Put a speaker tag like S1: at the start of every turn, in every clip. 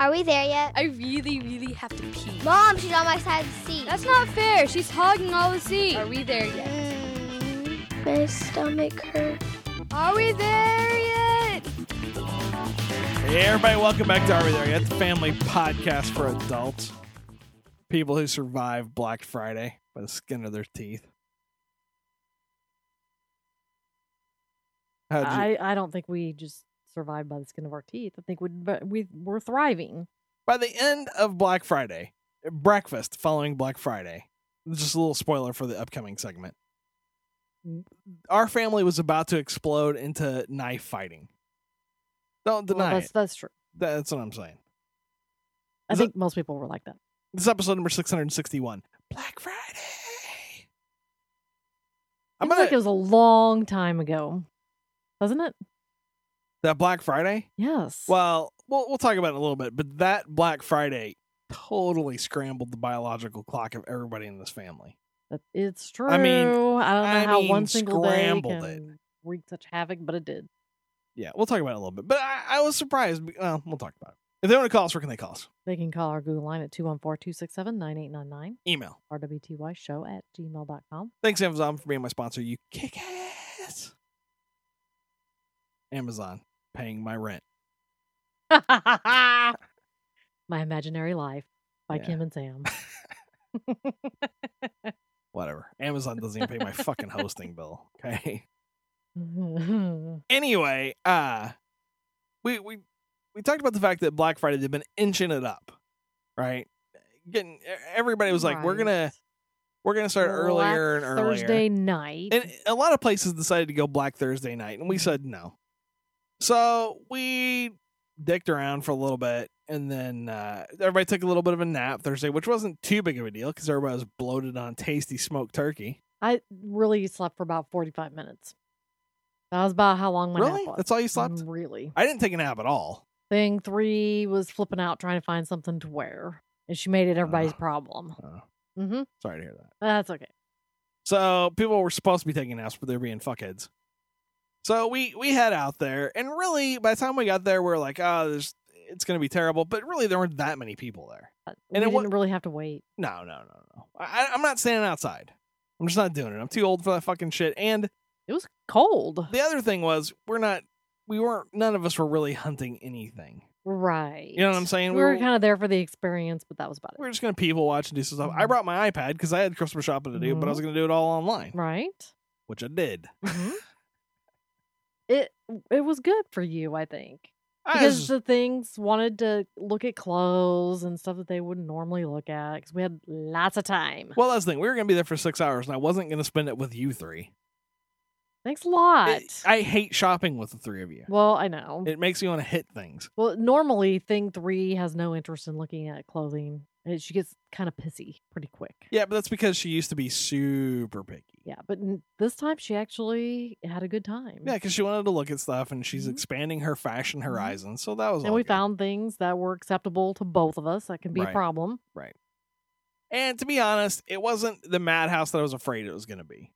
S1: Are we there yet?
S2: I really, really have to pee.
S1: Mom, she's on my side of the seat.
S2: That's not fair. She's hogging all the seat. Are we there yet?
S1: Mm, my stomach hurts.
S2: Are we there yet?
S3: Hey, everybody, welcome back to Are We There Yet? The family podcast for adults. People who survive Black Friday by the skin of their teeth. How'd you,
S4: I, I don't think we just survived by the skin of our teeth. I think we we were thriving.
S3: by the end of Black Friday, breakfast following Black Friday, just a little spoiler for the upcoming segment. Our family was about to explode into knife fighting. Don't
S4: Well,
S3: deny
S4: that's
S3: it.
S4: that's true.
S3: That's what I'm saying.
S4: I
S3: Is
S4: think most people were like that.
S3: This is episode number 661. Black Friday.
S4: I
S3: I'm
S4: feel
S3: gonna,
S4: like it was a long time ago, wasn't it?
S3: that Black Friday?
S4: Yes.
S3: Well, we'll we'll talk about it in a little bit, but that Black Friday totally scrambled the biological clock of everybody in this family.
S4: That- it's true.
S3: I mean-
S4: I don't know
S3: I
S4: how
S3: mean,
S4: one single day
S3: scrambled
S4: can
S3: it.
S4: wreak such havoc, but it did.
S3: Yeah, we'll talk about it in a little bit. But I, I was surprised. be- Well, we'll talk about it. If they want to call us, where can they call us?
S4: They can call our Google line at 214-267-9899,
S3: Email.
S4: rwty show at gmail.com.
S3: Thanks, Amazon, for being my sponsor. You kick ass. Amazon paying my rent.
S4: My Imaginary Life by
S3: Yeah.
S4: Kim and Sam.
S3: Whatever. Amazon doesn't even pay my fucking hosting bill. Okay. anyway, uh we we we talked about the fact that Black Friday they've been inching it up, right? Getting e, everybody was like, we're gonna we're gonna start earlier and
S4: Black
S3: earlier.
S4: Thursday night.
S3: And a lot of places decided to go Black Thursday night, and we said no. So we dicked around for a little bit, and then uh, everybody took a little bit of a nap Thursday, which wasn't too big of a deal because everybody was bloated on tasty smoked turkey.
S4: I really slept for about 45 minutes. That was about how long my
S3: really?
S4: nap was.
S3: That's all you slept?
S4: Um, really.
S3: I didn't take a nap at all.
S4: Thing three was flipping out trying to find something to wear, and she made it everybody's
S3: Oh.
S4: problem.
S3: Oh,
S4: Mm-hmm.
S3: sorry to hear that.
S4: That's okay.
S3: So people were supposed to be taking naps, but they're being fuckheads. So we we head out there, and really, by the time we got there, we are like, oh, there's it's gonna be terrible. But really, there weren't that many people there.
S4: And
S3: it
S4: Uh, we didn't
S3: wa-
S4: really have to wait.
S3: No, no, no, no. I, I'm not standing outside. I'm just not doing it. I'm too old for that fucking shit. And
S4: It was cold.
S3: the other thing was, we're not, we weren't, none of us were really hunting anything.
S4: Right.
S3: You know what I'm saying?
S4: We,
S3: We
S4: were
S3: were-
S4: kind of there for the experience, but that was about it.
S3: We were just gonna people watch and do some stuff. I
S4: Mhm.
S3: brought my iPad because I had Christmas shopping to do, but I was
S4: Mm-hmm.
S3: gonna do it all online,
S4: Right?
S3: which I did.
S4: Mhm. it it was good for you, I think.
S3: I was
S4: because
S3: just-
S4: the things wanted to look at clothes and stuff that they wouldn't normally look at because we had lots of time.
S3: well, that's the thing. We were gonna be there for six hours, and I wasn't gonna spend it with you three.
S4: Thanks a lot.
S3: It- I hate shopping with the three of you.
S4: well, I know.
S3: It makes me want to hit things.
S4: well, normally thing three has no interest in looking at clothing. and She gets kind of pissy pretty quick.
S3: Yeah, but that's because she used to be super picky.
S4: Yeah, but n- this time she actually had a good time.
S3: Yeah, because she wanted to look at stuff and she's
S4: Mhm.
S3: expanding her fashion
S4: Mhm.
S3: horizons. So that was
S4: and
S3: all
S4: we
S3: good.
S4: found things that were acceptable to both of us. That can be
S3: Right.
S4: a problem.
S3: And to be honest, it wasn't the madhouse that I was afraid it was going to be.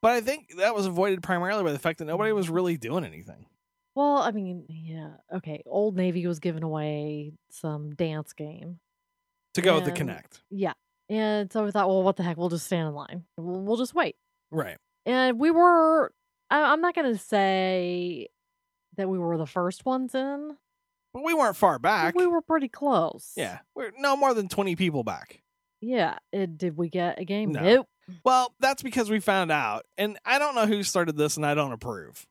S3: But I think that was avoided primarily by the fact that nobody was really doing anything.
S4: Well, I mean, yeah, okay. Old Navy was giving away some dance game.
S3: To go with the
S4: And-
S3: connect.
S4: Yeah. And so we thought, well, what the heck? We'll just stand in line. We'll, we'll just wait.
S3: Right.
S4: And we were, I, I'm not going to say that we were the first ones in.
S3: But we weren't far
S4: but
S3: back.
S4: We were pretty close.
S3: yeah. We're no more than 20 people back.
S4: Yeah. It, did we get a game?
S3: No.
S4: Nope.
S3: Well, that's because we found out. And I don't know who started this and I don't approve.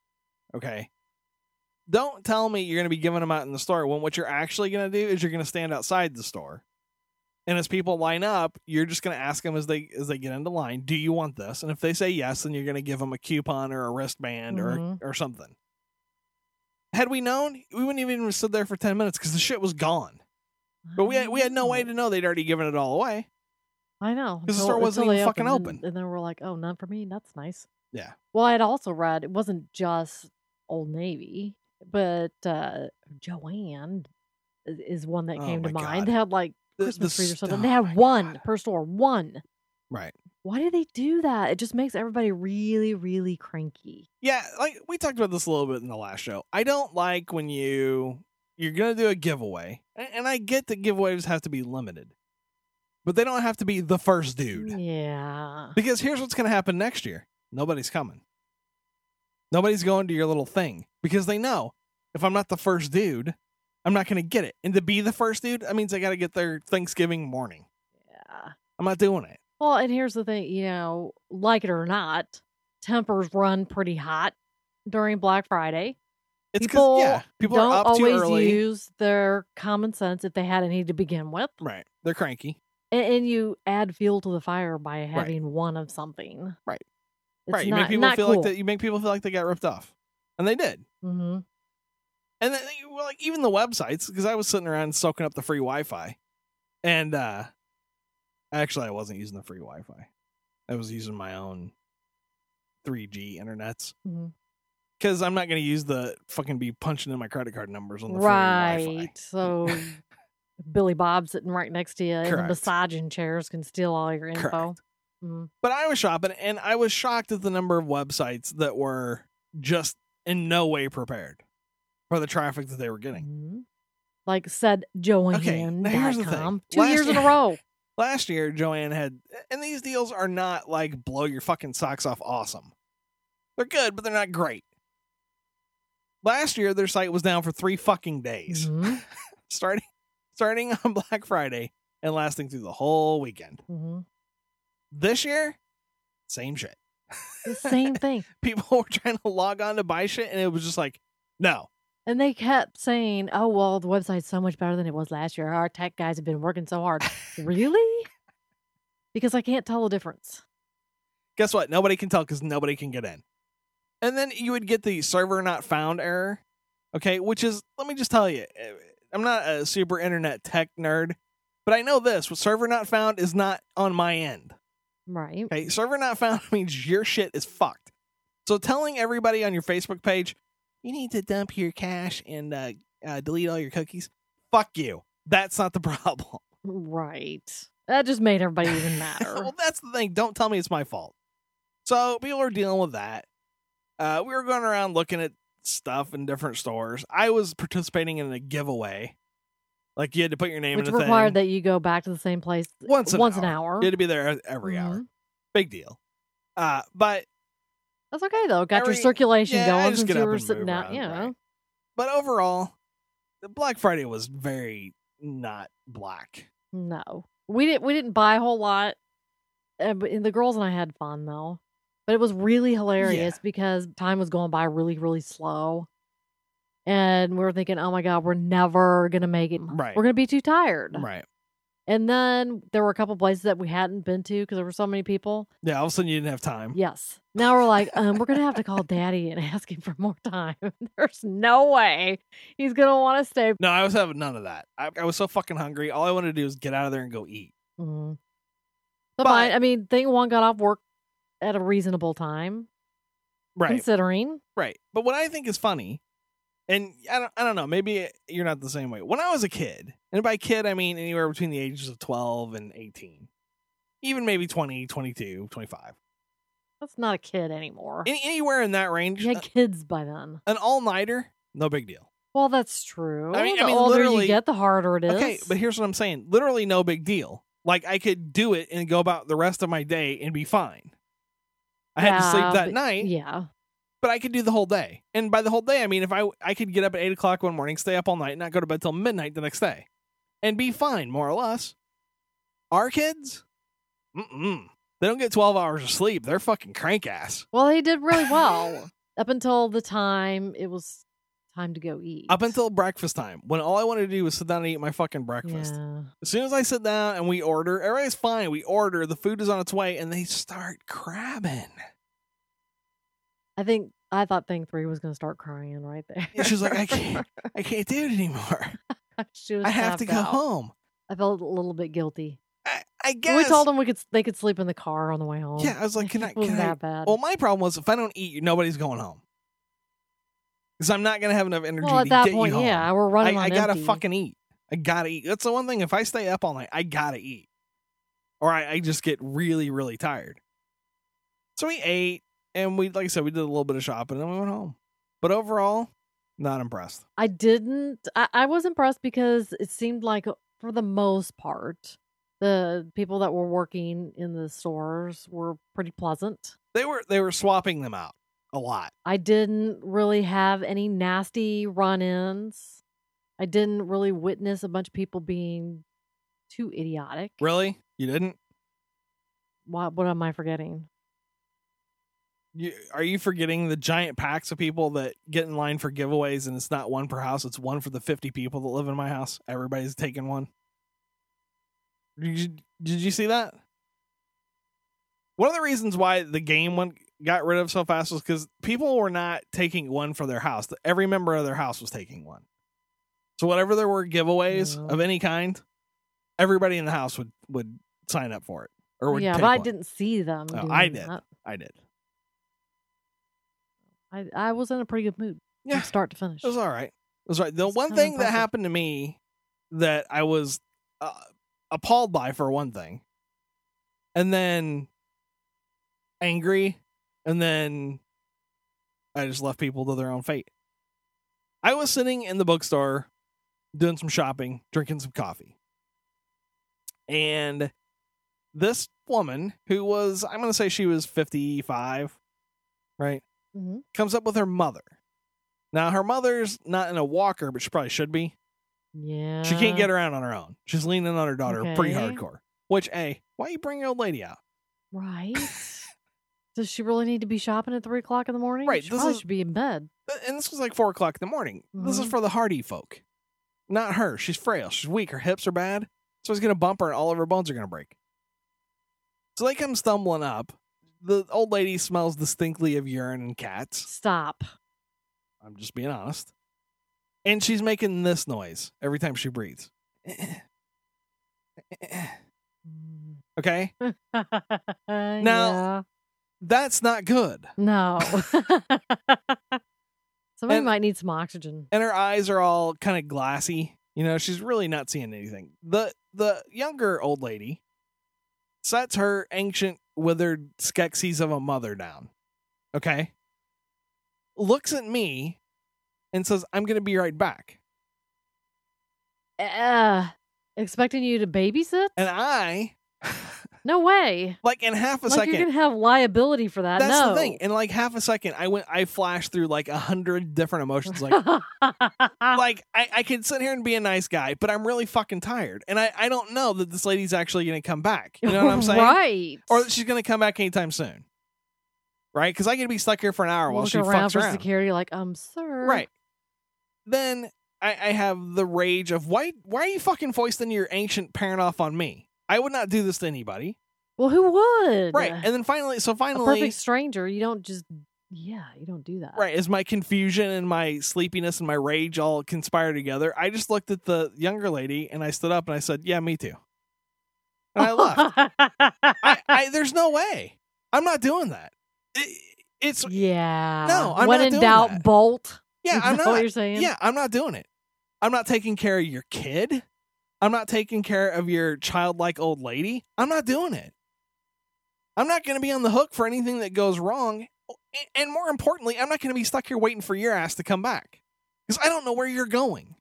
S3: Okay. Don't tell me you're going to be giving them out in the store when what you're actually going to do is you're going to stand outside the store. And as people line up, you're just going to ask them as they as they get into line, "Do you want this?" And if they say yes, then you're going to give them a coupon or a wristband
S4: Mhm.
S3: or or something. Had we known, we wouldn't even have stood there for 10 minutes cuz the shit was gone. But we had, we had no
S4: Mm-hmm.
S3: way to know they'd already given it all away.
S4: Mm. I know.
S3: 'Cause the
S4: until-
S3: store wasn't
S4: until
S3: even
S4: they
S3: fucking
S4: opened,
S3: open.
S4: And, and then we're like, oh, none for me. That's nice.
S3: Yeah.
S4: Well, I'd also read it wasn't just Old Navy, but uh, Joanne i- is one that
S3: Oh
S4: came to
S3: my
S4: mind.
S3: God.
S4: They had like
S3: The- the
S4: Christmas trees or something.
S3: st-
S4: they
S3: oh
S4: had
S3: my
S4: one
S3: God.
S4: per store, one.
S3: Right.
S4: Why do they do that? It just makes everybody really, really cranky.
S3: Yeah, like we talked about this a little bit in the last show. I don't like when you you're gonna do a giveaway. And, and I get that giveaways have to be limited, but they don't have to be the first dude.
S4: Yeah.
S3: Because here's what's going to happen next year nobody's coming. Nobody's going to your little thing because they know if I'm not the first dude, I'm not going to get it. And to be the first dude, that means I got to get there Thanksgiving morning.
S4: Yeah.
S3: I'm not doing it.
S4: Well, and here's the thing, you know, like it or not, tempers run pretty hot during Black Friday.
S3: It's
S4: People
S3: because, yeah, people
S4: Don't
S3: are up too
S4: always
S3: early.
S4: use their common sense if they had any to begin with.
S3: right. They're cranky.
S4: And, and you add fuel to the fire by having one of something.
S3: Right.
S4: It's
S3: right. You
S4: not-
S3: make people
S4: not
S3: feel
S4: cool.
S3: like that. You make people feel like they got ripped off. And they did.
S4: Mhm.
S3: And then, well, like even the websites, because I was sitting around soaking up the free Wi-Fi, and uh actually I wasn't using the free Wi-Fi. I was using my own 3G internets
S4: Mhm.
S3: because I'm not going to use the fucking be punching in my credit card numbers on the free Wi-Fi.
S4: Right. So Billy Bob sitting right next to you in the
S3: Correct.
S4: massaging chairs can steal all your info.
S3: Correct.
S4: Mhm.
S3: But I was shopping, and I was shocked at the number of websites that were just in no way prepared for the traffic that they were getting.
S4: Mhm. Like said
S3: now here's the thing.
S4: Joanne.com two
S3: Last
S4: years in a
S3: year-
S4: row.
S3: last year joanne had and these deals are not like blow your fucking socks off awesome they're good but they're not great last year their site was down for three fucking days
S4: Mhm,
S3: starting starting on black friday and lasting through the whole weekend
S4: mhm.
S3: this year same shit
S4: The same thing.
S3: people were trying to log on to buy shit and it was just like no
S4: And they kept saying, oh, well, the website's so much better than it was last year. Our tech guys have been working so hard. really? Because I can't tell the difference.
S3: guess what? Nobody can tell because nobody can get in. And then you would get the server not found error. Okay, which is let me just tell you, eh, I'm not a super internet tech nerd, but I know this: with server not found is not on my end.
S4: Right.
S3: Okay, server not found means your shit is fucked. So telling everybody on your Facebook page you need to dump your cache and uh, uh, delete all your cookies, fuck you. That's not the problem.
S4: Right. That just made everybody even madder.
S3: well, that's the thing. Don't tell me it's my fault. So people are dealing with that. Uh, we were going around looking at stuff in different stores. I was participating in a giveaway. Like you had to put your name
S4: Which
S3: in a thing
S4: required that you go back to the same place
S3: once an
S4: once
S3: hour.
S4: an hour.
S3: You had to be there e-, every hour.
S4: Mhm.
S3: Big deal. Uh, but
S4: That's okay, though. Got
S3: Every-
S4: your circulation
S3: yeah, I
S4: going
S3: just
S4: since
S3: get
S4: you
S3: up
S4: were
S3: and
S4: sitting
S3: move
S4: down.
S3: around,
S4: Yeah.
S3: right. but overall, the Black Friday was very not black.
S4: No, we didn't. We didn't buy a whole lot. Uh, but and the girls and I had fun though, but it was really hilarious because time was going by really, really slow, and we were thinking, "Oh my god, we're never gonna make it.
S3: Right.
S4: We're gonna be too tired."
S3: Right.
S4: And then there were a couple places that we hadn't been to because there were so many people.
S3: Yeah. All of a sudden, you didn't have time.
S4: Yes. Now we're like, um, we're gonna have to call Daddy and ask him for more time. There's no way he's gonna want to stay.
S3: No, I was having none of that. I, I was so fucking hungry. All I wanted to do was get out of there and go eat.
S4: Mm.
S3: But-
S4: But fine. I mean, thing one got off work at a reasonable time,
S3: Right.
S4: considering.
S3: Right. But what I think is funny, and I don't, I don't know, maybe you're not the same way. When I was a kid, and by kid, I mean anywhere between the ages of 12 and 18, even maybe 20, 22, 25,
S4: That's not a kid anymore.
S3: any, anywhere in that range,
S4: You had kids by then.
S3: an all nighter, no big deal.
S4: Well, that's true.
S3: I mean-
S4: the
S3: I mean,
S4: older
S3: literally-
S4: you get, the harder it is.
S3: Okay. But here's what I'm saying literally, no big deal. Like I could do it and go about the rest of my day and be fine. I had to sleep
S4: Yeah,
S3: that
S4: but-
S3: night.
S4: yeah,
S3: but I could do the whole day. And by the whole day, I mean if I I could get up at eight o'clock one morning, stay up all night, not go to bed till midnight the next day, and be fine more or less. Our kids, mm they don't get twelve hours of sleep. They're fucking crank ass.
S4: well, he did really well up until the time it was time to go eat.
S3: Up until breakfast time, when all I wanted to do was sit down and eat my fucking breakfast.
S4: Yeah.
S3: As soon as I sit down and we order, everybody's fine. We order, the food is on its way, and they start crabbing.
S4: I think I thought thing three was going to start crying right there.
S3: And she's like, I can't, I can't do it anymore.
S4: She was
S3: I have to
S4: tapped
S3: go
S4: out.
S3: home.
S4: I felt a little bit guilty.
S3: I, I
S4: But
S3: guess
S4: We told them we could they could sleep in the car on the way home.
S3: Yeah, I was like, can I-
S4: It wasn't
S3: can I- Oh
S4: that bad.
S3: Well, my problem was if I don't eat you, nobody's going home. Because I'm not gonna have enough energy
S4: Well,
S3: to
S4: at that
S3: get
S4: point,
S3: you home.
S4: yeah, we're running
S3: I,
S4: on
S3: I gotta
S4: empty.
S3: fucking eat. I gotta eat. That's the one thing. If I stay up all night, I gotta eat, or I, I just get really, really tired. So we ate, and we, like I said, we did a little bit of shopping, and then we went home. But overall, Not impressed.
S4: I didn't. I, I was impressed because it seemed like, uh, for the most part, the people that were working in the stores were pretty pleasant.
S3: They were they were swapping them out a lot.
S4: I didn't really have any nasty run ins. I didn't really witness a bunch of people being too idiotic.
S3: Really? You didn't?
S4: What, what am I forgetting?
S3: You, are you forgetting the giant packs of people that get in line for giveaways and it's not one per house, it's one for the 50 people that live in my house. Everybody's taking one. Did you, did you see that? One of the reasons why the game went got rid of so fast was because people were not taking one for their house. Every member of their house was taking one. So whatever there were giveaways
S4: Yeah.
S3: of any kind, everybody in the house would would sign up for it or would
S4: yeah,
S3: take
S4: but I
S3: one.
S4: didn't see them.
S3: No,
S4: doing
S3: I did.
S4: that.
S3: I did.
S4: I, I was in a pretty good mood
S3: Yeah.
S4: from start to finish.
S3: It was all right. It was all right. The
S4: It's
S3: one
S4: kind of
S3: thing that
S4: impressive.
S3: happened to me that I was uh, appalled by for one thing, and then angry, and then I just left people to their own fate. I was sitting in the bookstore doing some shopping, drinking some coffee. And this woman, who was, I'm going to say she was 55, right?
S4: Mhm.
S3: comes up with her mother. Now her mother's not in a walker, but she probably should be.
S4: Yeah.
S3: She can't get around on her own. She's leaning on her daughter pretty
S4: Mm. Okay.
S3: hardcore. Which, a why you bring your old lady out?
S4: Right. Does she really need to be shopping at three o'clock in the morning?
S3: Right,
S4: She
S3: this
S4: probably
S3: is-
S4: should be in bed.
S3: Th- Uh, And this was like four o'clock in the morning. This is
S4: Mhm.
S3: for the hardy folk, not her. She's frail. She's weak. Her hips are bad, so it's gonna bump her, and all of her bones are gonna break. So they come stumbling up. The old lady smells distinctly of urine and cats.
S4: Stop.
S3: I'm just being honest. And she's making this noise every time she breathes.
S4: Mm.
S3: Okay? That's not good.
S4: Yeah. No. Somebody
S3: And-
S4: might need some oxygen.
S3: And her eyes are all kind of glassy. You know, she's really not seeing anything. The the younger old lady sets her ancient withered skexies of a mother down. Okay? Looks at me and says, "I'm going to be right back."
S4: Uh, expecting you to babysit?
S3: And I
S4: No way.
S3: like in half a
S4: like
S3: 2nd
S4: you're gonna have liability for that.
S3: That's
S4: no.
S3: the thing. In like half a second, I went, I flashed through like a hundred different emotions. Like, like I, I could sit here and be a nice guy, but I'm really fucking tired, and I, I don't know that this lady's actually gonna come back. You know what I'm saying?
S4: Right.
S3: Or that she's gonna come back anytime soon, right? Because I could be stuck here for an hour while
S4: Look
S3: she
S4: around
S3: fucks
S4: for
S3: around,
S4: security, like, um, sir.
S3: right? Then I, I have the rage of why why are you fucking foisting your ancient parent off on me? I would not do this to anybody,
S4: Well, who would?
S3: right? And then finally, so
S4: a
S3: finally,
S4: perfect stranger. You don't just. Yeah, you don't do that.
S3: Right. As my confusion and my sleepiness and my rage all conspire together, I just looked at the younger lady and I stood up and I said, Yeah, me too. And I left. I, I, there's no way. I'm not doing that. It, it's,
S4: yeah.
S3: No, I'm
S4: when
S3: not
S4: in
S3: doing
S4: doubt,
S3: that.
S4: bolt.
S3: yeah,
S4: Is
S3: I'm
S4: that what
S3: not.
S4: you're saying?
S3: Yeah, I'm not doing it. I'm not taking care of your kid. I'm not taking care of your childlike old lady. I'm not doing it. I'm not going to be on the hook for anything that goes wrong. And- And more importantly, I'm not going to be stuck here waiting for your ass to come back because I don't know where you're going.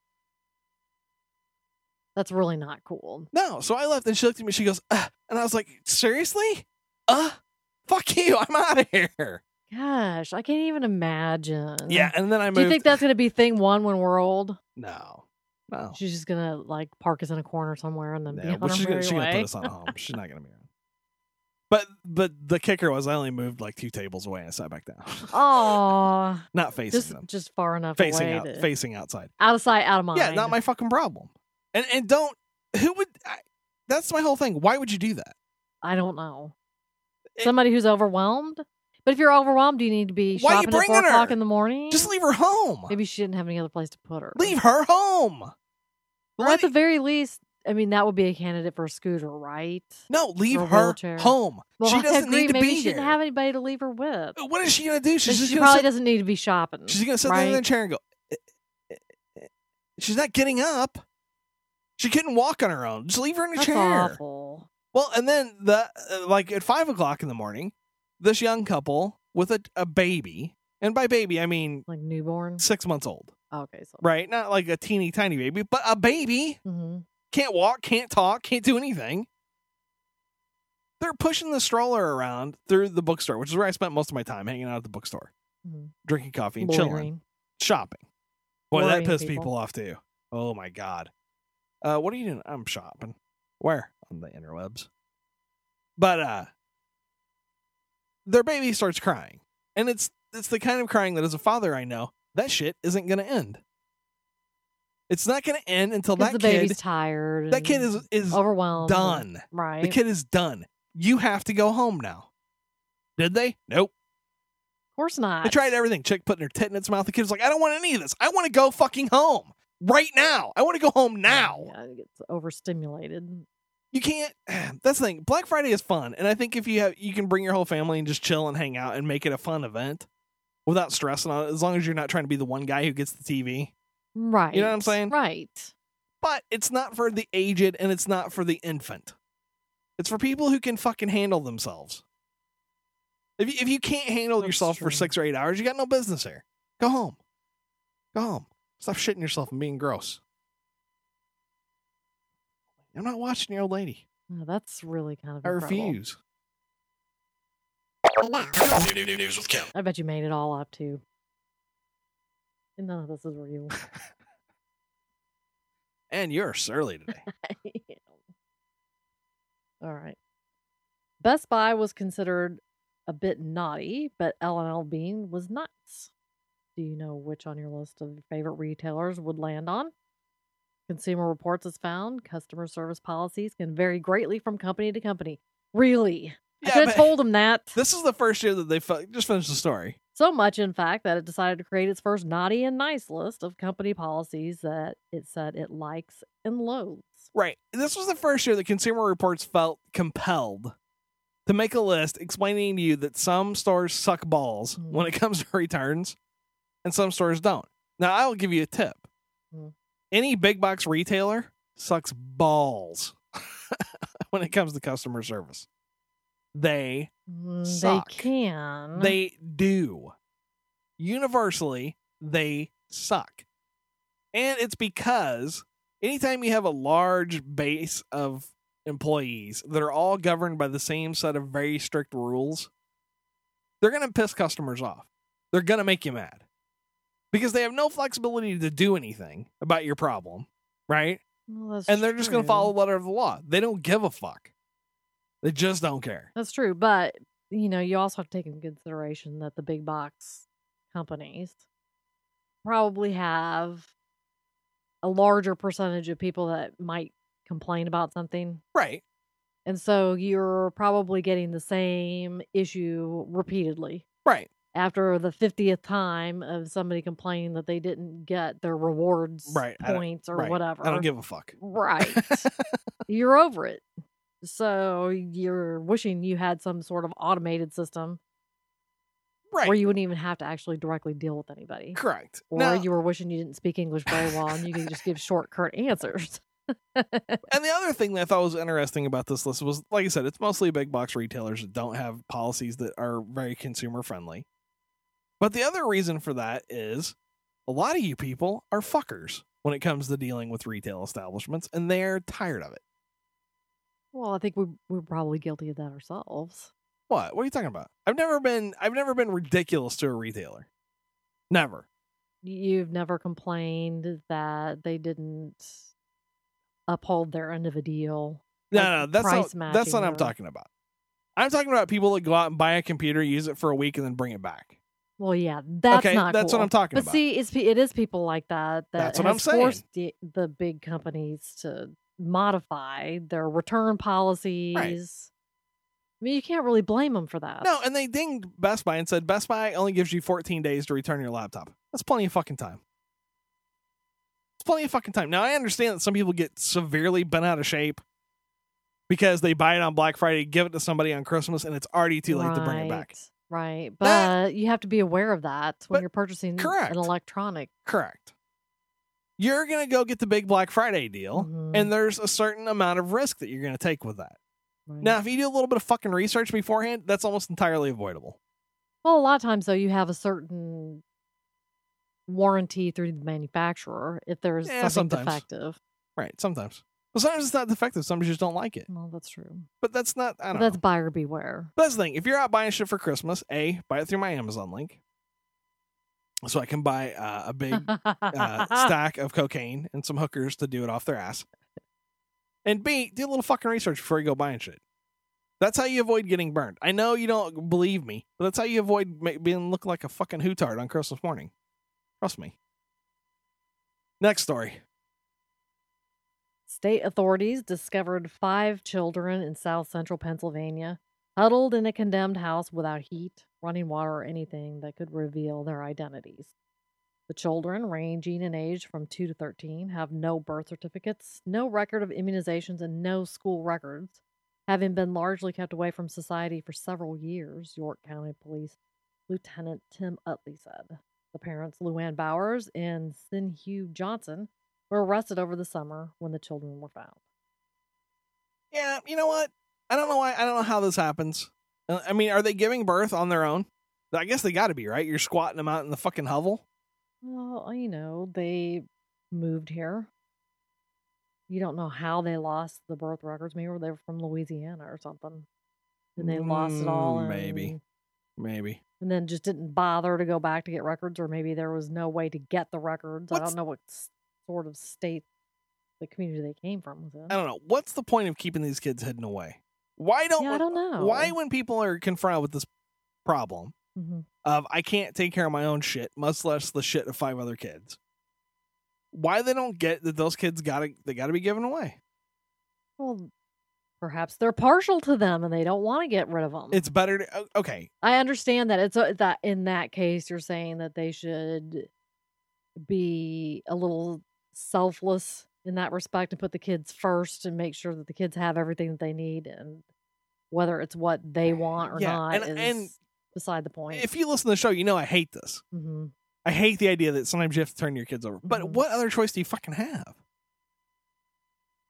S4: That's really not cool.
S3: No. So I left and she looked at me. She goes, uh, and I was like, seriously? Uh, fuck you. I'm out of here.
S4: Gosh, I can't even imagine.
S3: Yeah. And then I moved.
S4: Uh-huh. Do you think that's gonna be thing one when we're old?
S3: No. No.
S4: She's just gonna like park us in a corner somewhere and then
S3: Yeah,
S4: be on
S3: well,
S4: her
S3: she's gonna,
S4: merry
S3: she's gonna
S4: way.
S3: put us on a home. She's not gonna be around. But but the kicker was I only moved like two tables away and I sat back down.
S4: Aw,
S3: not facing
S4: Oh, just
S3: them.
S4: just far enough
S3: Facing
S4: away.
S3: out
S4: to-
S3: facing outside.
S4: out of sight, out of mind.
S3: Yeah, not my fucking problem. And and don't who would I, that's my whole thing. Why would you do that?
S4: I don't know.
S3: It-
S4: Somebody who's overwhelmed. But if you're overwhelmed, you need to be
S3: Why you
S4: shopping at four
S3: bringing
S4: o'clock
S3: her?
S4: in the morning.
S3: Just leave her home.
S4: Maybe she didn't have any other place to put her.
S3: Leave her home.
S4: Well, at the very least, I mean, that would be a candidate for a scooter, right?
S3: no, leave
S4: or a
S3: her
S4: wheelchair.
S3: home.
S4: Well,
S3: she
S4: I
S3: doesn't
S4: agree.
S3: need to
S4: Maybe
S3: be
S4: she
S3: here.
S4: didn't have anybody to leave her with.
S3: what is she gonna do? She's
S4: But
S3: just
S4: she
S3: gonna
S4: probably
S3: sit,
S4: doesn't need to be shopping.
S3: She's gonna sit there in the
S4: right?
S3: chair and go. "Eh, eh, eh." She's not getting up. She couldn't walk on her own. Just leave her in a
S4: That's
S3: chair.
S4: awful.
S3: Well, and then the uh, like at five o'clock in the morning, this young couple with a a baby, and by baby I mean
S4: Like newborn.
S3: six months old,
S4: Okay, so
S3: right? Not like a teeny tiny baby, but a baby
S4: hmm
S3: can't walk, can't talk, can't do anything. They're pushing the stroller around through the bookstore, which is where I spent most of my time hanging out at the bookstore,
S4: Mhm.
S3: drinking coffee and chilling, shopping. Boy,
S4: Boring
S3: that pissed
S4: people.
S3: people off too. Oh my god. Uh, what are you doing? I'm shopping. Where? On the interwebs. But uh their baby starts crying. And it's it's the kind of crying that as a father I know, that shit isn't gonna end. It's not gonna end until
S4: because
S3: that
S4: the
S3: kid
S4: baby's tired.
S3: that kid
S4: and
S3: is is
S4: overwhelmed. and-
S3: done.
S4: Right.
S3: The kid is done. You have to go home now. Did they? Nope.
S4: of course not.
S3: They tried everything. Chick putting her tit in its mouth. The kid's like, I don't want any of this. I want to go fucking home right now. I want to go home now.
S4: Yeah, it gets overstimulated.
S3: You can't. That's the thing. Black Friday is fun, and I think if you have, you can bring your whole family and just chill and hang out and make it a fun event without stressing on it. As long as you're not trying to be the one guy who gets the TV.
S4: Right.
S3: You know what I'm saying?
S4: Right.
S3: But it's not for the aged and it's not for the infant. It's for people who can fucking handle themselves. If you, if you can't handle
S4: That's
S3: yourself for
S4: true.
S3: six or eight hours, you got no business here. Go home. Go home. Stop shitting yourself and being gross. I'm not watching your old lady.
S4: Yeah, that's really kind of
S3: I
S4: incredible.
S3: refuse.
S4: I bet you made it all up too. And none of this is real.
S3: And you're surly today.
S4: all right. Best Buy was considered a bit naughty, but L&L Bean was nice. Do you know which on your list of favorite retailers would land on? Consumer Reports has found customer service policies can vary greatly from company to company. Really? I
S3: yeah,
S4: could
S3: but
S4: have told him that.
S3: this is the first year that they fu- just finished the story.
S4: So much, in fact, that it decided to create its first naughty and nice list of company policies that it said it likes and loathes.
S3: Right. This was the first year that Consumer Reports felt compelled to make a list explaining to you that some stores suck balls
S4: Mm.
S3: when it comes to returns and some stores don't. Now, I'll give you a tip
S4: Mm.
S3: any big box retailer sucks balls when it comes to customer service. They
S4: Mm,
S3: Suck.
S4: They can.
S3: they do. Universally, they suck. And it's because anytime you have a large base of employees that are all governed by the same set of very strict rules, they're going to piss customers off. They're going to make you mad because they have no flexibility to do anything about your problem, right?
S4: Well, that's
S3: And they're just going to
S4: true.
S3: follow the letter of the law. They don't give a fuck. They just don't care.
S4: That's true, but you know, you also have to take into consideration that the big box companies probably have a larger percentage of people that might complain about something
S3: Right.
S4: And so you're probably getting the same issue repeatedly.
S3: Right.
S4: After the 50th time of somebody complaining that they didn't get their rewards
S3: Right, I don't-
S4: points or
S3: right.
S4: whatever.
S3: I don't give a fuck.
S4: right. you're over it. So you're wishing you had some sort of automated system
S3: Right.
S4: where you wouldn't even have to actually directly deal with anybody.
S3: Correct.
S4: Or
S3: Now-
S4: you were wishing you didn't speak English very well and you could just give short, curt answers.
S3: and the other thing that I thought was interesting about this list was, like I said, it's mostly big box retailers that don't have policies that are very consumer friendly. But the other reason for that is a lot of you people are fuckers when it comes to dealing with retail establishments, and they're tired of it.
S4: Well, I think we, we're probably guilty of that ourselves.
S3: What? What are you talking about? I've never been. I've never been ridiculous to a retailer. Never.
S4: you've never complained that they didn't uphold their end of a deal.
S3: No,
S4: Like
S3: no, that's
S4: price
S3: not, that's not
S4: matching
S3: what I'm
S4: or-
S3: talking about. I'm talking about people that go out and buy a computer, use it for a week, and then bring it back.
S4: Well, yeah, that's
S3: okay,
S4: not.
S3: that's
S4: cool.
S3: what I'm talking
S4: But
S3: about.
S4: see, it's pe- it is people like that that
S3: That's what I'm
S4: has
S3: saying.
S4: forced the, the big companies to modify their return policies. I mean, you can't really blame them for that.
S3: No, and they dinged Best Buy and said Best Buy only gives you 14 days to return your laptop. That's plenty of fucking time. It's plenty of fucking time. Now I understand that some people get severely bent out of shape because they buy it on Black Friday, give it to somebody on Christmas, and it's already too late to bring it back.
S4: Right, Right, but
S3: That-
S4: you have to be aware of that when
S3: But-
S4: you're purchasing
S3: correct.
S4: an electronic.
S3: Correct. You're gonna go get the big Black Friday deal,
S4: Mhm.
S3: and there's a certain amount of risk that you're gonna take with that.
S4: Right.
S3: Now, if you do a little bit of fucking research beforehand, that's almost entirely avoidable.
S4: Well, a lot of times though, you have a certain warranty through the manufacturer if there's
S3: Yeah,
S4: something
S3: sometimes.
S4: defective.
S3: Right. Sometimes. Well, sometimes it's not defective. Some just don't like it.
S4: Well, that's true.
S3: But that's not. I
S4: But
S3: don't.
S4: that's
S3: know.
S4: buyer beware.
S3: But that's the thing. If you're out buying shit for Christmas, a buy it through my Amazon link, so I can buy uh, a big uh, stack of cocaine and some hookers to do it off their ass. And B, do a little fucking research before you go buying shit. That's how you avoid getting burned. I know you don't believe me, but that's how you avoid ma- being looked like a fucking hootard on Christmas morning. Trust me. Next story.
S4: State authorities discovered five children in south central Pennsylvania huddled in a condemned house without heat, running water, or anything that could reveal their identities. The children, ranging in age from 2 to 13, have no birth certificates, no record of immunizations, and no school records, having been largely kept away from society for several years, York County Police Lieutenant Tim Utley said. The parents, Luann Bowers and Sin Hugh Johnson, were arrested over the summer when the children were found.
S3: Yeah, you know what? I don't know why. I don't know how this happens. Uh, I mean, are they giving birth on their own? I guess they got to be right. You're squatting them out in the fucking hovel.
S4: Well, you know, they moved here. You don't know how they lost the birth records. Maybe they were from Louisiana or something. And they lost it all.
S3: Mm, maybe.
S4: and-
S3: Maybe.
S4: And then just didn't bother to go back to get records, or maybe there was no way to get the records. I
S3: What's-
S4: don't know what s- sort of state the community they came from was in.
S3: I don't know. What's the point of keeping these kids hidden away? Why don't
S4: yeah, I don't know.
S3: why when people are confronted with this problem
S4: Mhm.
S3: of I can't take care of my own shit, much less the shit of five other kids, why they don't get that those kids gotta they gotta be given away.
S4: Well, perhaps they're partial to them and they don't want to get rid of them.
S3: It's better to o- okay.
S4: I understand that it's a, that in that case you're saying that they should be a little selfless in that respect and put the kids first and make sure that the kids have everything that they need and whether it's what they want or
S3: Yeah,
S4: not
S3: and-
S4: is
S3: and
S4: beside the point.
S3: If you listen to the show, you know I hate this.
S4: hmm
S3: I hate the idea that sometimes you have to turn your kids over. But
S4: Mhm.
S3: what other choice do you fucking have?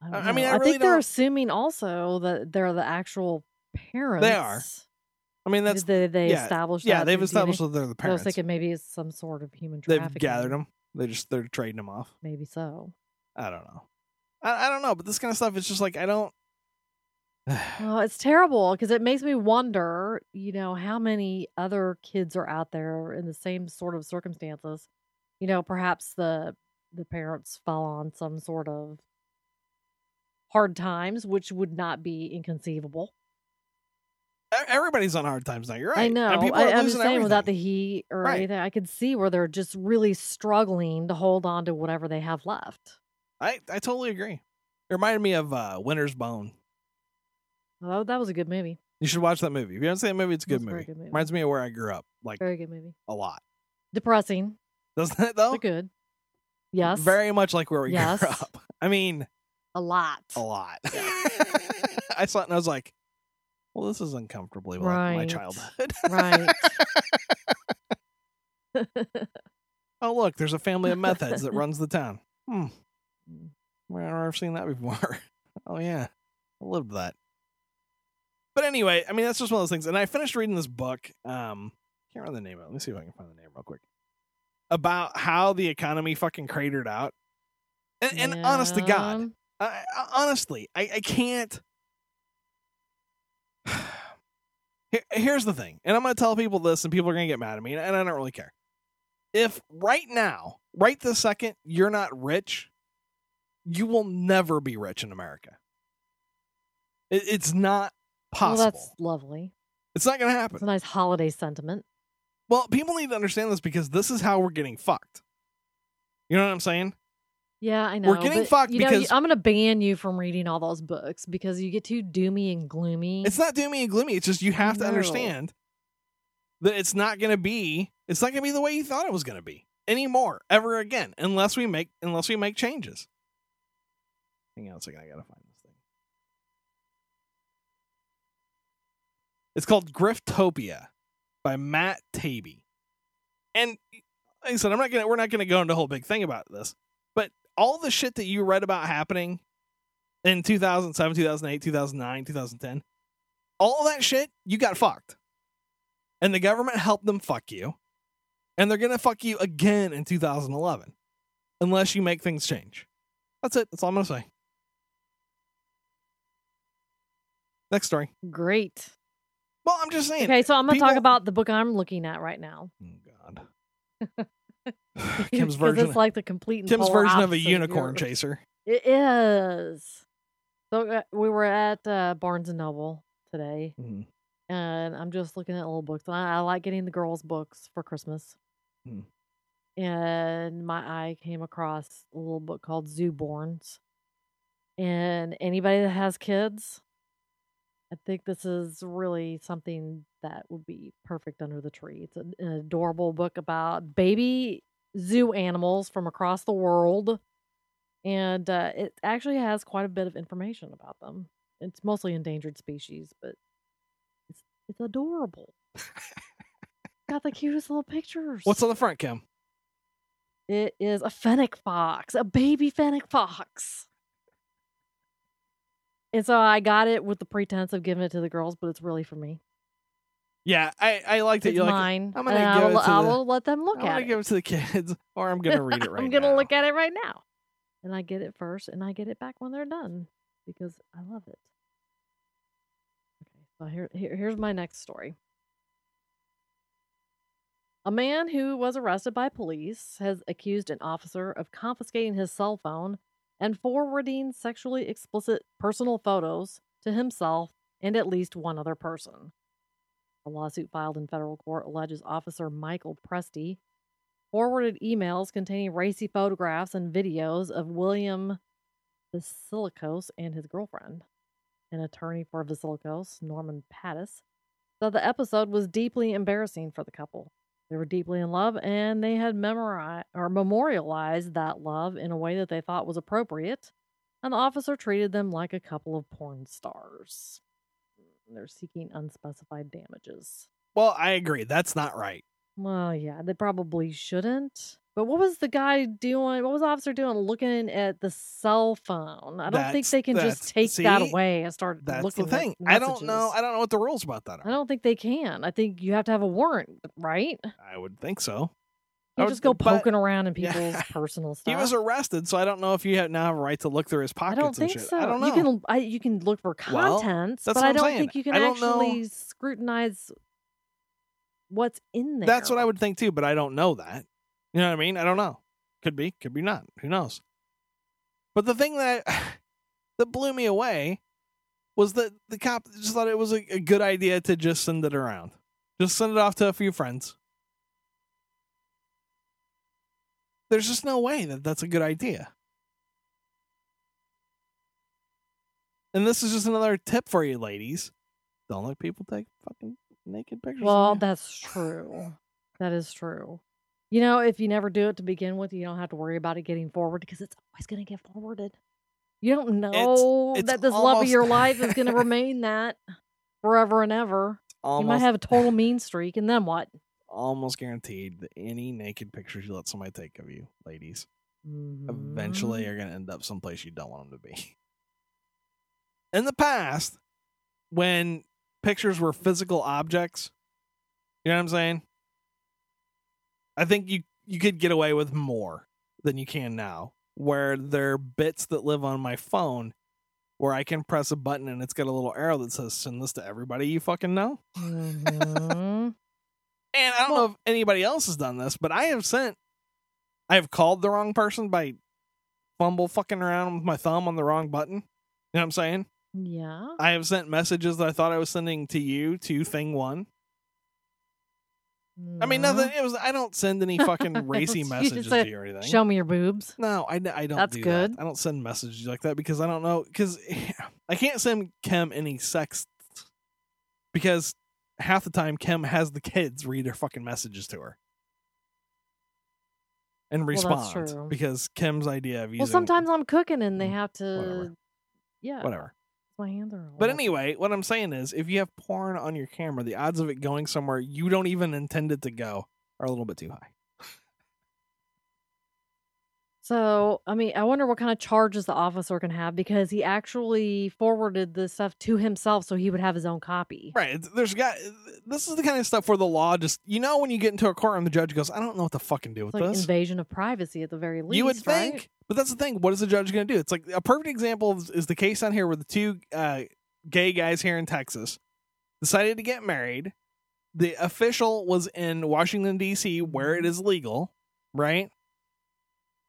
S4: I, don't
S3: I- I mean,
S4: know.
S3: I
S4: I,
S3: really
S4: think they're
S3: don't-
S4: assuming also that they're the actual parents.
S3: I mean that's
S4: Did they, they
S3: yeah,
S4: established
S3: yeah,
S4: that
S3: they've
S4: through DNA?
S3: established that they're the
S4: I was
S3: parents.
S4: thinking maybe it's some sort of human
S3: They've
S4: trafficking.
S3: gathered them. They just they're trading them off.
S4: Maybe so.
S3: I don't know. I, I don't know, but this kind of stuff, it's just like I don't. e-,
S4: Oh, it's terrible because it makes me wonder, you know, how many other kids are out there in the same sort of circumstances. You know, perhaps the the parents fall on some sort of hard times, which would not be inconceivable.
S3: E- Everybody's on hard times now. You're right.
S4: I know.
S3: And people
S4: I,
S3: are
S4: I'm just
S3: losing
S4: saying, without the
S3: everything.
S4: heat or
S3: Right.
S4: anything, I could see where they're just really struggling to hold on to whatever they have left.
S3: I I totally agree. It reminded me of uh, Winter's Bone.
S4: Oh, that was a good movie.
S3: You should watch that movie. If you haven't seen that movie, it's a
S4: It
S3: good
S4: was a very
S3: movie.
S4: good movie.
S3: Reminds me of where I grew up, like
S4: Very good movie.
S3: a lot.
S4: Depressing,
S3: Doesn't it though?
S4: but good. Yes,
S3: Very much like where we
S4: Yes.
S3: grew up. I mean,
S4: a lot.
S3: a lot. I saw it and I was like, well, this is uncomfortably like my
S4: Right.
S3: childhood.
S4: Right.
S3: oh, look, there's a family of meth heads that runs the town. Hmm.
S4: Mm.
S3: Well, I've never seen that before. oh yeah, I lived that. But anyway, I mean that's just one of those things. And I finished reading this book. Um, can't remember the name of it. Let me see if I can find the name real quick. About how the economy fucking cratered out. And, and honest to God,
S4: Yeah.
S3: I, I, honestly, I, I can't. Here- Here's the thing, and I'm going to tell people this, and people are going to get mad at me, and and I don't really care. If right now, right this second, you're not rich, you will never be rich in America. It, it's not
S4: Well,
S3: possible.
S4: that's lovely.
S3: it's not going to
S4: It's
S3: happen.
S4: a nice holiday sentiment.
S3: Well, people need to understand this because this is how we're getting fucked. You know what I'm saying?
S4: Yeah, I know.
S3: We're getting
S4: but,
S3: fucked
S4: you know, you-
S3: because-
S4: I'm going to ban you from reading all those books because you get too doomy and gloomy.
S3: It's not doomy and gloomy. It's just you have to
S4: No.
S3: understand that it's not going to be. It's not going to be the way you thought it was going to be anymore, ever again, unless we make unless we make changes. Hang on a second. I gotta find this thing. It's called Griftopia by Matt Taibbi, and like I said, I'm not gonna. We're not gonna go into a whole big thing about this, but all the shit that you read about happening in 2007, 2008, 2009, 2010, all that shit, you got fucked. And the government helped them fuck you. And they're going to fuck you again in 2011 unless you make things change. That's it. That's all I'm going to say. Next story.
S4: Great.
S3: Well, I'm just saying.
S4: Okay, so I'm gonna talk
S3: people-
S4: about the book I'm looking at right now.
S3: Oh, God. Kim's
S4: 'Cause
S3: version,
S4: It's like the complete and
S3: Kim's
S4: polar
S3: version of a
S4: opposite
S3: unicorn
S4: yours.
S3: chaser.
S4: It is. So uh, we were at uh, Barnes and Noble today,
S3: Mhm.
S4: and I'm just looking at little books. And I, I like getting the girls' books for Christmas.
S3: Hmm.
S4: And my eye came across a little book called Zooborns. And anybody that has kids, I think this is really something that would be perfect under the tree. It's an, an adorable book about baby zoo animals from across the world and uh, it actually has quite a bit of information about them. It's mostly endangered species, but it's it's adorable. Got the cutest little pictures.
S3: What's on the front, Kim?
S4: It is a fennec fox, a baby fennec fox. And so I got it with the pretense of giving it to the girls, but it's really for me.
S3: Yeah, I, I like that
S4: It's
S3: you like
S4: mine.
S3: I'm gonna
S4: and
S3: give
S4: I'll,
S3: it to
S4: I
S3: the-
S4: will let them look
S3: I'm
S4: at
S3: gonna
S4: it.
S3: give it to the kids, or I'm gonna read it right
S4: I'm gonna
S3: now.
S4: look at it right now, and I get it first, and I get it back when they're done because I love it. Okay, so here, here here's my next story. A man who was arrested by police has accused an officer of confiscating his cell phone and forwarding sexually explicit personal photos to himself and at least one other person. A lawsuit filed in federal court alleges Officer Michael Presti forwarded emails containing racy photographs and videos of William Vasilikos and his girlfriend. An attorney for Vasilikos, Norman Pattis, said the episode was deeply embarrassing for the couple. They were deeply in love and they had memorized or memorialized that love in a way that they thought was appropriate, and the officer treated them like a couple of porn stars. They're seeking unspecified damages.
S3: Well, I agree. That's not right.
S4: Well, yeah, they probably shouldn't. But what was the guy doing? What was the officer doing looking at the cell phone? I don't think
S3: That's-
S4: they can just
S3: that's-
S4: take that
S3: see?
S4: away. I started
S3: That's
S4: looking
S3: the thing.
S4: At
S3: I don't know.
S4: messages.
S3: I don't know what the rules about that are.
S4: I don't think they can. I think you have to have a warrant, right? You
S3: I would think so. I
S4: can't
S3: would-
S4: just go
S3: Oh, but
S4: poking around in
S3: Yeah.
S4: people's personal stuff.
S3: He was arrested, so I don't know if you have, now have a right to look through his
S4: I
S3: pockets
S4: don't think
S3: and shit.
S4: so.
S3: I don't know.
S4: You can I, you can look for
S3: Well,
S4: contents,
S3: that's
S4: but
S3: what
S4: I
S3: I'm
S4: don't
S3: saying.
S4: think you can
S3: I don't know-
S4: actually scrutinize what's in there.
S3: That's what I would think too, but I don't know that. You know what I mean? I don't know. Could be, could be not. Who knows? But the thing that that blew me away was that the cop just thought it was a, a good idea to just send it around. Just send it off to a few friends. There's just no way that that's a good idea. And this is just another tip for you, ladies. Don't let people take fucking naked pictures. of
S4: Well,
S3: you.
S4: that's true. That is true. You know, if you never do it to begin with, you don't have to worry about it getting forward because it's always going to get forwarded. You don't know
S3: it's
S4: that this love of your
S3: almost-
S4: life is going to remain that forever and ever.
S3: almost,
S4: You might have a total mean streak, and then what?
S3: almost guaranteed that any naked pictures you let somebody take of you, ladies, eventually
S4: Mhm.
S3: are going to end up someplace you don't want them to be. In the past, when pictures were physical objects, you know what I'm saying? I think you you could get away with more than you can now, where there are bits that live on my phone where I can press a button and it's got a little arrow that says send this to everybody you fucking know.
S4: Mhm.
S3: And I don't know if anybody else has done this, but I have sent, I have called the wrong person by fumble fucking around with my thumb on the wrong button. You know what I'm saying?
S4: yeah.
S3: I have sent messages that I thought I was sending to you to thing one. I mean,
S4: No.
S3: nothing. It was, I don't send any fucking racy
S4: Uh-huh. You just
S3: messages
S4: said,
S3: to you or anything.
S4: Mm-hmm. Show me your boobs.
S3: no, I, I don't
S4: That's
S3: do
S4: good.
S3: that. I don't send messages like that because I don't know. Because I can't send Kim any sex because half the time Kim has the kids read her fucking messages to her and
S4: that's
S3: respond
S4: true.
S3: because Kim's idea of using
S4: Well, sometimes I'm cooking and they
S3: Mm,
S4: have to.
S3: whatever.
S4: Yeah.
S3: whatever.
S4: My hands are all
S3: But
S4: up.
S3: anyway, what I'm saying is, if you have porn on your camera, the odds of it going somewhere you don't even intend it to go are a little bit too high.
S4: So, I mean, I wonder what kind of charges the officer can have because he actually forwarded the stuff to himself so he would have his own copy.
S3: Right. it's- There's got this is the kind of stuff where the law just you know when you get into a courtroom the judge goes I don't know what to fucking do with
S4: It's like
S3: this.
S4: invasion of privacy at the very least.
S3: you would
S4: right?
S3: think, but that's the thing. What is the judge going to do? It's like a perfect example is, is the case on here where the two uh, gay guys here in Texas decided to get married. The official was in Washington D.C. where it is legal, right?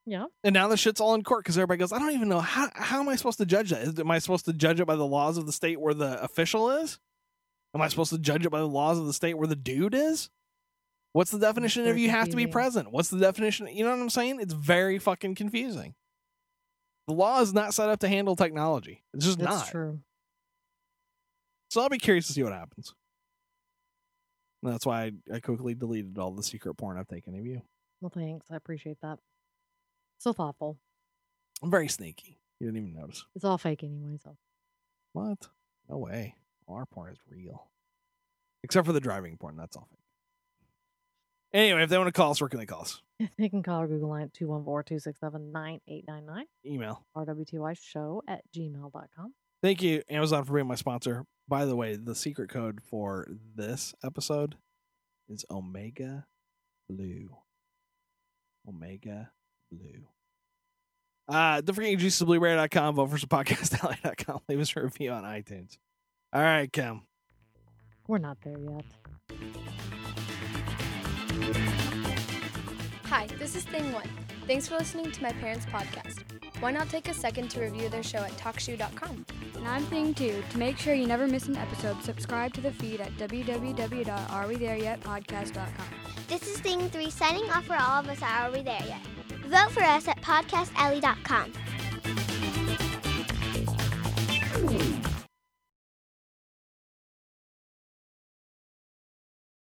S4: Yeah.
S3: And now the shit's all in court because everybody goes, I don't even know how how am I supposed to judge that? Is- Am I supposed to judge it by the laws of the state where the official is? Am I supposed to judge it by the laws of the state where the dude is? What's the definition of
S4: very
S3: you have to be
S4: confusing.
S3: present? What's the definition? You know what I'm saying? It's very fucking confusing. The law is not set up to handle technology. It's just
S4: That's
S3: not.
S4: true.
S3: So I'll be curious to see what happens. And that's why I, I quickly deleted all the secret porn I've taken of you.
S4: Well, thanks. I appreciate that. So thoughtful.
S3: I'm very sneaky. You didn't even notice.
S4: It's all fake anyway. So
S3: What? No way. All our porn is real. Except for the driving porn. That's all fake. Anyway, if they want to call us, where can they call us?
S4: you can call or Google line at 214 267 9899
S3: Email.
S4: rwty show at gmail.com.
S3: Thank you, Amazon, for being my sponsor. By the way, the secret code for this episode is Omega Blue. Omega Blue. Uh, don't forget juicesblueberry.com, vote for some podcastalley.com, leave us a review on iTunes. All right, Kim.
S4: We're not there yet.
S2: Hi, this is Thing One. Thanks for listening to my parents' podcast. Why not take a second to review their show at talkshoe.com?
S5: And I'm Thing Too. To make sure you never miss an episode, subscribe to the feed at www.arewethereyetpodcast.com.
S1: This is Thing 3 signing off for all of us at Are We There Yet? Vote for us at podcastalley.com.